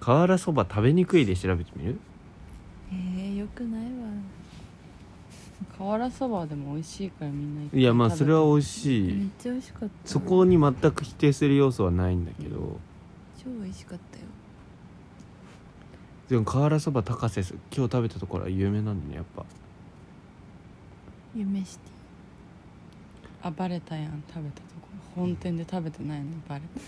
Speaker 1: 瓦そば食べにくいで調べてみる
Speaker 4: えー、よくないわ
Speaker 2: 瓦そばでも美味しいからみんな一回
Speaker 1: いやまあそれは美味しい、
Speaker 4: めっちゃ美味しかった
Speaker 1: そこに全く否定する要素はないんだけど
Speaker 4: 超美味しかったよ
Speaker 1: でも瓦そば高瀬す今日食べたところは有名なんだねやっぱ
Speaker 4: 夢シテ
Speaker 2: あバレたやん食べたとこ本店で食べてないのにバレた
Speaker 4: ィ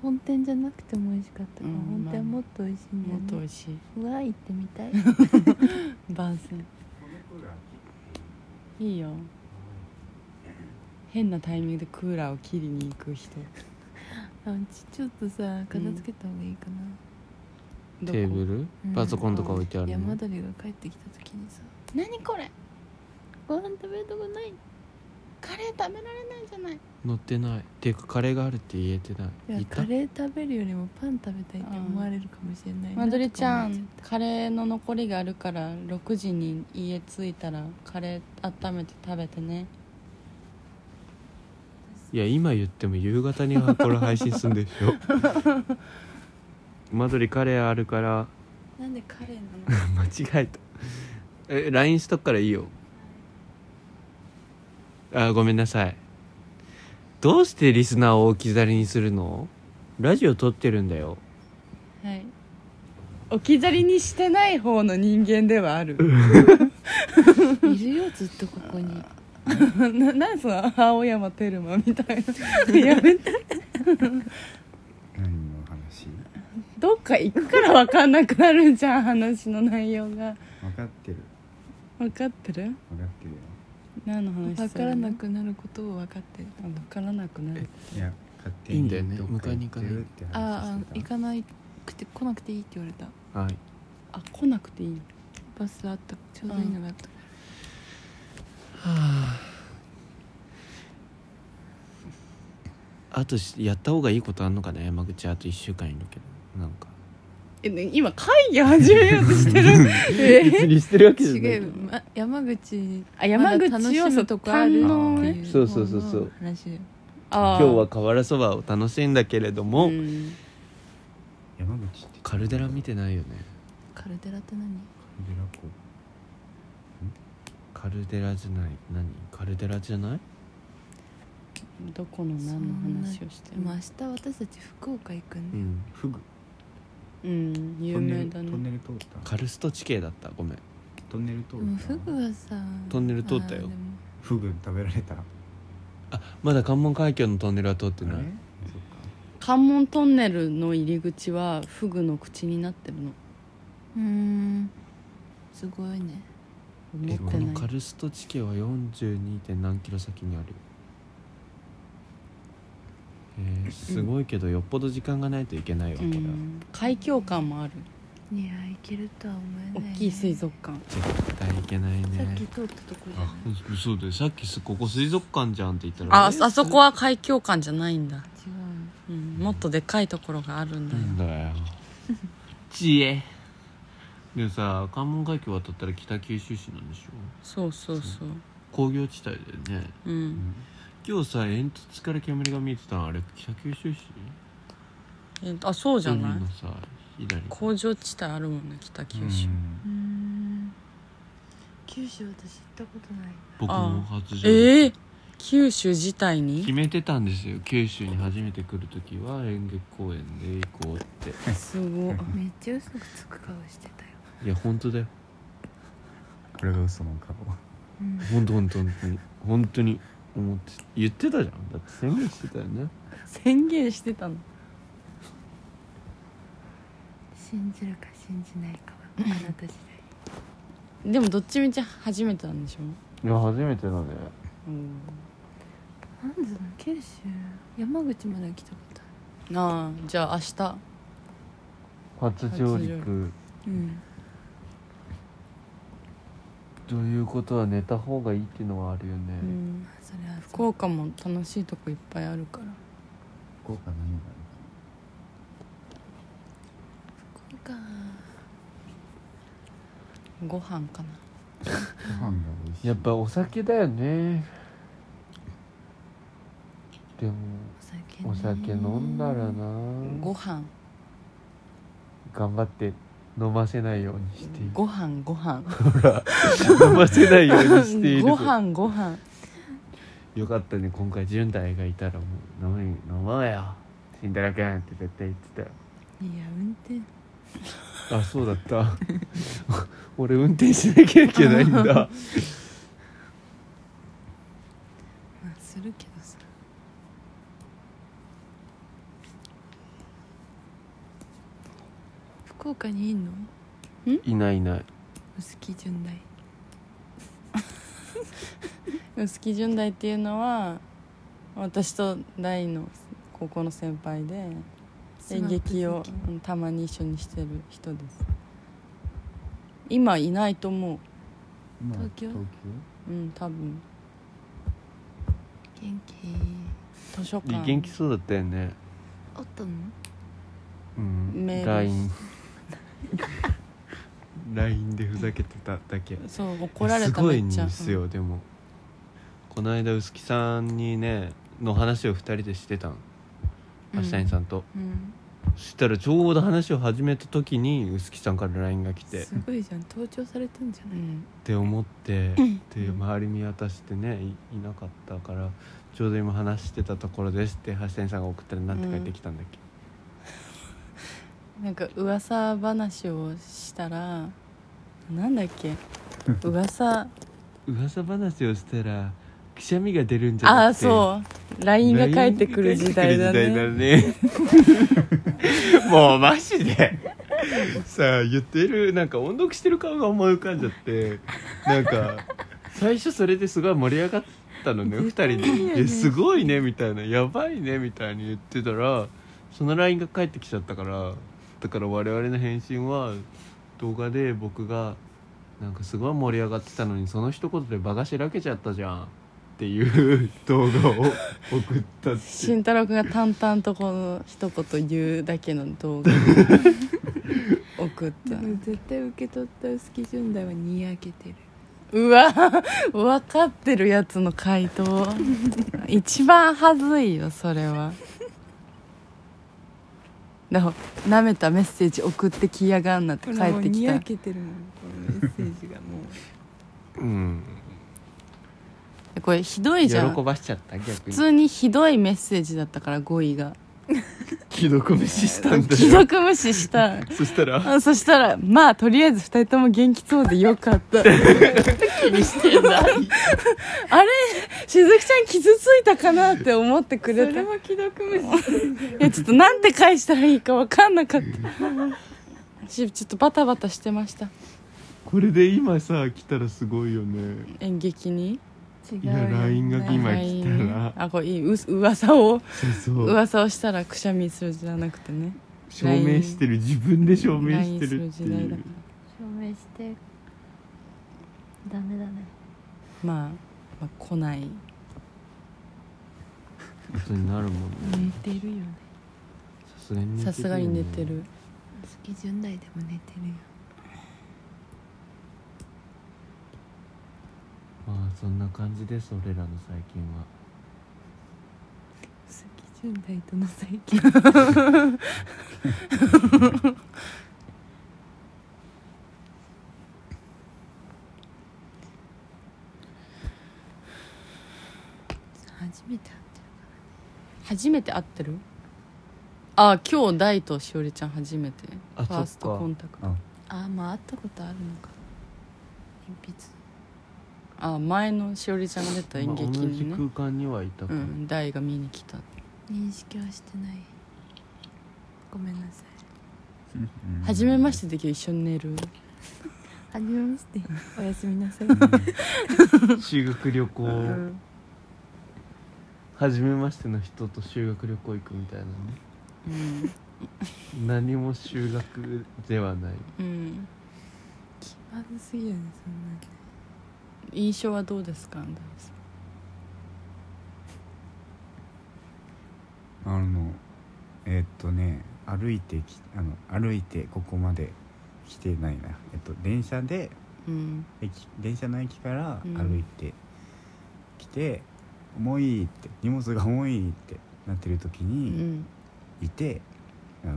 Speaker 4: 本店じゃなくても美味しかったから、
Speaker 2: うん
Speaker 4: 本店もっと美味しいんだ
Speaker 2: もっと
Speaker 4: よ
Speaker 2: 美
Speaker 4: ね
Speaker 2: 味しいう
Speaker 4: わ行ってみたい
Speaker 2: 番宣いいよ変なタイミングでクーラーを切りに行く人
Speaker 4: あうちちょっとさ片付けた方がいいかな、
Speaker 2: ど
Speaker 1: テーブ
Speaker 2: こ
Speaker 1: ル
Speaker 4: うん
Speaker 1: パソコンとか置いてあるの
Speaker 4: 山鳥が帰ってきた時にさ「何これご飯食べるとこないカレー食べられないじゃない」
Speaker 1: 乗ってないていうかカレーがあるって言えてない
Speaker 4: いや
Speaker 1: い
Speaker 4: カ
Speaker 1: た
Speaker 4: レー食べるよりもパン食べたいって思われるかもしれないな
Speaker 2: マドリちゃ
Speaker 4: とか思っ
Speaker 2: んカレーの残りがあるから6時に家着いたらカレー温めて食べてね
Speaker 1: いや今言っても夕方にはこれ配信するんでしょ間取りカレーあるから
Speaker 4: ちゃうなんでカレーな の
Speaker 1: 間違えたえ LINE しとくからいいよあごめんなさいどうしてリスナーを置き去りにするのラジオ撮ってるんだよ
Speaker 2: はい置き去りにしてない方の人間ではある
Speaker 4: いるよずっとここに
Speaker 2: ななんその青山テルマみたいなやめて
Speaker 3: 何の話
Speaker 2: どっか行くから分かんなくなるじゃん話の内容が
Speaker 3: 分かってる
Speaker 2: 分かってる
Speaker 3: 分かってるよ
Speaker 2: 何の話するの
Speaker 4: 分からなくなることを分かってる
Speaker 2: あ分からなくなる
Speaker 3: いや勝手
Speaker 1: いい
Speaker 3: に
Speaker 1: んだよね
Speaker 3: どっってるって話してた
Speaker 4: あーあー行かないくて来なくていいって言われた
Speaker 1: はい
Speaker 2: あ来なくていい
Speaker 4: バスあったちょうどいいのがあったから
Speaker 1: あとしやった方がいいことあんのかね山口あと1週間いるけどなんか
Speaker 2: えね今会議始めようとしてるえー
Speaker 1: にしてるわ
Speaker 4: 違う、ま、山口に
Speaker 2: あ山口
Speaker 4: まだ
Speaker 2: 要素
Speaker 4: とこある
Speaker 2: 堪能
Speaker 4: って
Speaker 2: ね
Speaker 4: いう
Speaker 1: そうそうそうそう
Speaker 4: 話よ
Speaker 2: あ
Speaker 1: 今
Speaker 2: ー
Speaker 1: 日は瓦そばを楽しんだけれども、
Speaker 2: うん
Speaker 3: 山口って
Speaker 1: カルデラ見てないよね
Speaker 4: カルデラって何
Speaker 3: カルデラ湖
Speaker 1: カルデラじゃない何カルデラじゃない
Speaker 2: どこの何の話をして
Speaker 4: で
Speaker 2: る
Speaker 4: も明日私たち福岡行くん
Speaker 1: う
Speaker 4: で、
Speaker 1: ん
Speaker 3: フグ
Speaker 2: うん有
Speaker 3: トンネ
Speaker 2: 名
Speaker 3: ル
Speaker 2: だ
Speaker 3: トン
Speaker 2: ね
Speaker 3: ネル通った
Speaker 1: カルスト地形だったごめん
Speaker 3: トンネル通
Speaker 4: でも
Speaker 3: った
Speaker 4: フグはさ
Speaker 1: トンネル通ったよ
Speaker 4: あーでも
Speaker 3: フグ食べられた
Speaker 1: あまだ関門海峡のトンネルは通ってない
Speaker 3: あれそっか
Speaker 2: 関門トンネルの入り口はフグの口になってるの
Speaker 4: うーんすごいね
Speaker 2: 思
Speaker 1: え
Speaker 2: っ
Speaker 1: こ
Speaker 2: て
Speaker 1: の
Speaker 2: な
Speaker 1: カ
Speaker 2: い
Speaker 1: ルスト地形は 42. 点何キロ先にあるえー、すごいけどよっぽど時間がないといけないわ
Speaker 2: う
Speaker 1: これは、
Speaker 2: ん海峡館もある
Speaker 4: いや行けるとは思え
Speaker 2: 大
Speaker 4: ない、ね、
Speaker 2: きい水族館
Speaker 1: 絶対いけない
Speaker 4: さ
Speaker 1: ね
Speaker 4: っき通ったとこじゃ
Speaker 1: あ
Speaker 4: ない
Speaker 1: そうだよさっきすここ水族館じゃんって言ったら
Speaker 2: ああそこは海峡館じゃないんだ、
Speaker 4: 違う
Speaker 2: うん、もっとでかいところがあるんだ
Speaker 1: なんだ
Speaker 2: よ、
Speaker 1: よ知恵でもさ関門海峡渡ったら北九州市なんでしょ
Speaker 2: そうそうそう
Speaker 1: 工業地帯だよね
Speaker 2: うん
Speaker 1: 今日さ煙突から煙が見えてたのあれ北九州市
Speaker 2: えあそうじゃない
Speaker 1: 海のさ左
Speaker 2: 工場地帯あるもんね北九州、
Speaker 3: うん
Speaker 4: うーん九州私行ったことない
Speaker 1: 僕も初じゃん
Speaker 2: ええー、九州自体
Speaker 1: 決
Speaker 2: に
Speaker 1: めてたんですよ九州に初めて来る時は演劇公園で行こうって
Speaker 2: すごい
Speaker 4: めっちゃ嘘つく顔してたよ、
Speaker 1: いや本当だよ
Speaker 3: これが嘘の顔
Speaker 4: うん、
Speaker 1: 本当本当本当に本当に思って言ってたじゃんだって宣言してたよね
Speaker 2: 宣言してたの
Speaker 4: 信じるか信じないかはあなた次
Speaker 2: でもどっちみち初めてなんでしょ、
Speaker 1: いや初めてだね
Speaker 2: うん、
Speaker 4: 第なんでだろう九州山口まで来たことあ
Speaker 2: ああじゃあ明日
Speaker 1: 初上陸
Speaker 4: るうん
Speaker 1: ということは寝た方がいいっていうのはあるよね、
Speaker 2: うん
Speaker 4: それは
Speaker 2: 福岡も楽しいとこいっぱいあるから
Speaker 3: 福岡何がある
Speaker 4: 福岡
Speaker 2: ご飯かな
Speaker 3: ご飯が美味しい
Speaker 1: やっぱお酒だよねでも
Speaker 4: お酒ね
Speaker 1: お酒飲んだらな
Speaker 2: ご飯
Speaker 1: 頑張って飲ませないようにしている
Speaker 2: ご飯ご飯
Speaker 1: 飲ませないようにしている
Speaker 2: ご飯ご飯
Speaker 1: よかったね今回潤太がいたらもう飲み飲もうよ慎太郎君って絶対言って
Speaker 4: いや運転
Speaker 1: たよあそうだった 俺運転しなきゃいけないんだ
Speaker 4: まあするけどさ福岡にいんの
Speaker 1: いないいない
Speaker 4: 薄木純大
Speaker 2: 臼木純大っていうのは私と大の高校の先輩で演劇を
Speaker 4: 妻と
Speaker 2: うんたまに一緒にしてる人です今いないと思
Speaker 3: まあ
Speaker 4: 東京
Speaker 3: 東
Speaker 2: ううん多分
Speaker 4: 元気
Speaker 2: 図書館
Speaker 1: 元気そうだったよね
Speaker 4: おったの
Speaker 1: うん
Speaker 2: メ ール
Speaker 1: LINE LINE でふざけてただけ
Speaker 2: そう怒られ
Speaker 1: す
Speaker 2: た
Speaker 1: ご
Speaker 2: め
Speaker 1: い
Speaker 2: っ
Speaker 1: ん
Speaker 2: ちゃ
Speaker 1: ですよ、でもこの間臼木さんにねの話を2人でしてたん芦谷さんと、
Speaker 4: うん
Speaker 1: そしたらちょうど話を始めた時に臼木さんから LINE が来てっ
Speaker 4: すごいじゃん盗聴されてんじゃ
Speaker 2: う
Speaker 4: ない
Speaker 2: ん
Speaker 1: て思ってで周り見渡してねいいなかったからちょうど今話してたところですって橋谷さんが送ったらなんて返ってきたんだっけ、
Speaker 2: うんなんか噂話をしたらなんだっけ噂
Speaker 1: 噂話をしたらくしゃみが出るんじゃ
Speaker 2: あ
Speaker 1: な
Speaker 2: あ
Speaker 1: くて
Speaker 2: そう LINE が返ってくる時代だね
Speaker 1: ねもうマジでさあ言ってるなんか音読してる顔が思い浮かんじゃってなんか最初それですごい盛り上がったのね2人で「いやすごいね」みたいな「やばいね」みたいに言ってたらその LINE が返ってきちゃったからだから我々の返信は動画で僕がなんかすごい盛り上がってたのにその一言で場がしらけちゃったじゃんって いう動画を送ったっていう
Speaker 2: 慎太郎君が淡々とこの一言言うだけの動 画送っ
Speaker 4: で
Speaker 2: た
Speaker 4: も絶対受け取った薄木純大はにやけてる
Speaker 2: うわ分かってるやつの回答一番はずいよそれはな舐めたメッセージ送ってきやがんなって返ってき
Speaker 4: にや
Speaker 2: た
Speaker 4: けてるもんこのメッセージがもう
Speaker 1: うん
Speaker 2: これひどい
Speaker 1: 喜
Speaker 2: じゃん普
Speaker 1: ばしちゃった逆に
Speaker 2: 通にひどいメッセージだったから語彙が
Speaker 1: 既読無視したんだ
Speaker 2: 既
Speaker 1: よ
Speaker 2: 読無視した
Speaker 1: そしたら
Speaker 2: あそしたらまあとりあえず2人とも元気そうでよかった気にして ないあれしずきちゃん傷ついたかなって思ってくれた
Speaker 4: それは既読無視
Speaker 2: いやちょっとなんて返したらいいか分かんなかったしちょっとバタバタしてました
Speaker 1: これで今さ来たらすごいよね
Speaker 2: 演劇に
Speaker 4: 違 う
Speaker 1: いや
Speaker 4: よ
Speaker 1: LINE が今
Speaker 2: はい
Speaker 1: 来たら
Speaker 2: あこれいいう噂を
Speaker 1: そうそう
Speaker 2: 噂をしたらくしゃみするじゃなくてね
Speaker 1: 証明してる自分で証明してるってい
Speaker 2: LINE する時代だ
Speaker 1: う
Speaker 2: か
Speaker 6: 証明してダメだね
Speaker 2: まあ、まあ、来ない
Speaker 1: ことになるもんね
Speaker 4: 寝てるよね
Speaker 1: さすがに寝てるよね
Speaker 2: さすがに寝てる
Speaker 4: 薄木純大でも寝てるよ
Speaker 1: まあそんな感じです俺らの最近は
Speaker 4: 薄木純大との最近初めて会った
Speaker 2: 初めて会ってるあ今日大としおりちゃん初めてフ
Speaker 1: あ
Speaker 2: ァース
Speaker 1: そっ
Speaker 2: ト
Speaker 1: か
Speaker 2: コンタクト
Speaker 4: ああまあ会ったことあるのか鉛筆
Speaker 2: あ前のしおりちゃんが出た演
Speaker 1: まあ
Speaker 2: 劇
Speaker 1: 同じ
Speaker 2: にね、
Speaker 1: 空間にはいたか
Speaker 2: う
Speaker 1: ら
Speaker 2: ん大が見に来た
Speaker 4: 認識はしてないごめんなさい
Speaker 3: 京
Speaker 2: 初めましてで今日一緒に寝る
Speaker 4: はじめましておやすみなさい
Speaker 1: 修学旅行、初めましての人と修学旅行行くみたいなね
Speaker 2: うん
Speaker 1: 何も修学ではない
Speaker 2: うん
Speaker 4: 気まずすぎるねそんなに
Speaker 2: 印象はどうですか安藤さ
Speaker 3: あのえーっとね歩いてきあの歩いてここまで来てないなえっと電車で
Speaker 2: んうん
Speaker 3: 駅電車の駅から
Speaker 2: うん
Speaker 3: 歩いてきて、重いって荷物が重いってなってる時
Speaker 2: う
Speaker 3: に
Speaker 2: ん
Speaker 3: いて、あの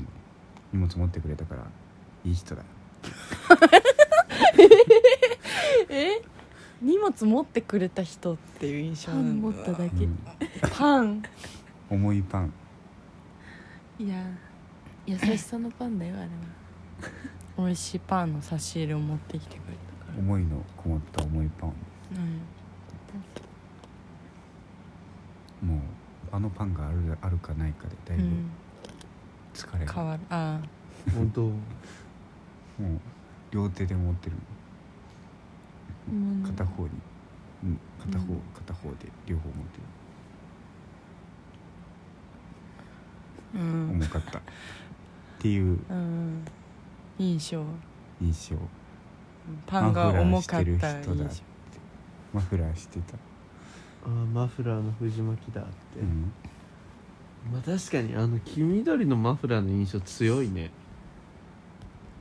Speaker 3: 荷物持ってくれたからいい人だよ
Speaker 2: え荷物持ってくれた人っていう印象
Speaker 4: パ
Speaker 2: な
Speaker 4: ン
Speaker 2: ん
Speaker 4: 持
Speaker 2: だ
Speaker 4: っただ
Speaker 3: う
Speaker 4: け
Speaker 3: ん
Speaker 2: パン
Speaker 3: 重いパン
Speaker 4: いや優しさのパンだよあれは
Speaker 2: 美味しいパンの差し入れを持ってきてくれたから
Speaker 3: 重いのこもった重いパン
Speaker 2: う
Speaker 3: もうあのパンがあるあるかないかでだい
Speaker 2: ん、
Speaker 3: ぶ疲れ
Speaker 2: うん、
Speaker 3: る、
Speaker 2: 変わるああ
Speaker 1: 本当
Speaker 3: もう両手で持ってる
Speaker 4: もう
Speaker 3: 片方に、うん、片方、
Speaker 4: うん
Speaker 3: 片方で両方持ってる
Speaker 2: うん
Speaker 3: 重かったっていう
Speaker 2: うん印象
Speaker 3: 印象
Speaker 2: パンが重かった印
Speaker 3: マフラー
Speaker 2: 象
Speaker 3: してる人だマフラーしてた、
Speaker 1: あーマフラーの藤巻だって、
Speaker 3: うん、
Speaker 1: まあ確かにあの黄緑のマフラーの印象強いね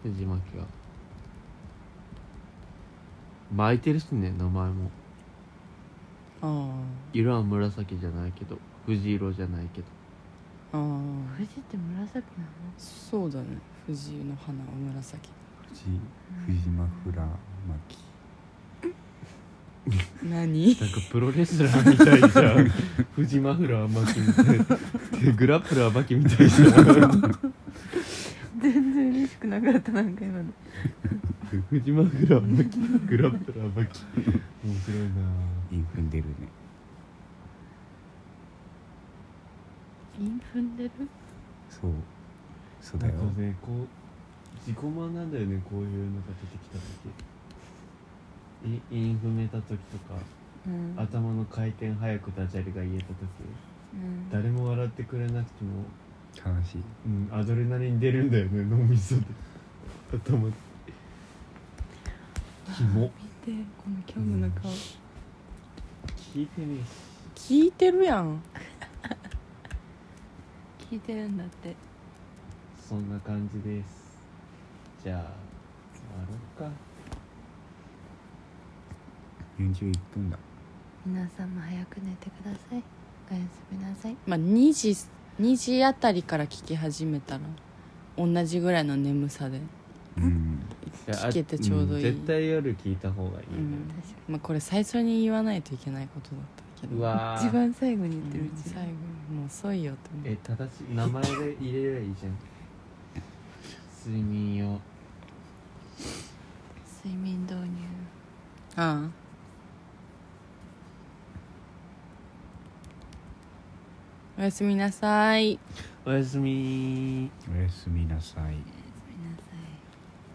Speaker 1: 藤巻は巻いてるっすね名前も
Speaker 2: あー
Speaker 1: 色は紫じゃないけど藤色じゃないけど
Speaker 2: あー
Speaker 6: 富士って紫なの
Speaker 2: そうだね藤の花は紫
Speaker 3: 藤藤マフラー巻き
Speaker 2: 何
Speaker 1: なんかプロレスラーみたいじゃん藤マフラー巻きみたいでグラップラー巻きみたいじゃん
Speaker 6: 全然嬉しくなかったなんか今の
Speaker 1: 藤マフラー巻きグラップラー巻き面白いな
Speaker 3: イン踏んでるね
Speaker 6: イン踏んでる
Speaker 3: そうそう
Speaker 1: な
Speaker 3: だ
Speaker 1: ん
Speaker 3: よ
Speaker 1: かねこう自己満なんだよねこういうのが出てきた時えインフめた時とか
Speaker 4: うん
Speaker 1: 頭の回転早くダジャレが言えた時
Speaker 4: うん
Speaker 1: 誰も笑ってくれなくても、
Speaker 3: 悲しい
Speaker 1: うん、アドレナリン出るんだよね脳みそで 頭キモ
Speaker 4: 見てこの今日の顔
Speaker 1: 聞いてね
Speaker 2: 聞いてるやん
Speaker 4: 聞いてるんだって
Speaker 1: えしそんな感じですじゃあ終わろうか
Speaker 3: 41分だ
Speaker 6: 皆さんも早く寝てくださいおやすみなさい
Speaker 2: まあ2時2時あたりから聞き始めたら同じぐらいの眠さで
Speaker 3: うん
Speaker 1: いやあ
Speaker 2: 聞けてちょうどいい、
Speaker 1: 絶対夜聞いた方がいいね、
Speaker 2: うんまあ、これ最初に言わないといけないことだったけど
Speaker 1: うわー
Speaker 4: 一番最後に言って
Speaker 2: う
Speaker 4: るうんち
Speaker 2: 最後もう遅いよと思って
Speaker 1: え正しい名前で入れればいい じゃん睡眠を
Speaker 4: 睡眠導入
Speaker 2: ああおやすみなさい
Speaker 1: おやすみ
Speaker 3: おやすみなさい
Speaker 4: おやすみなさい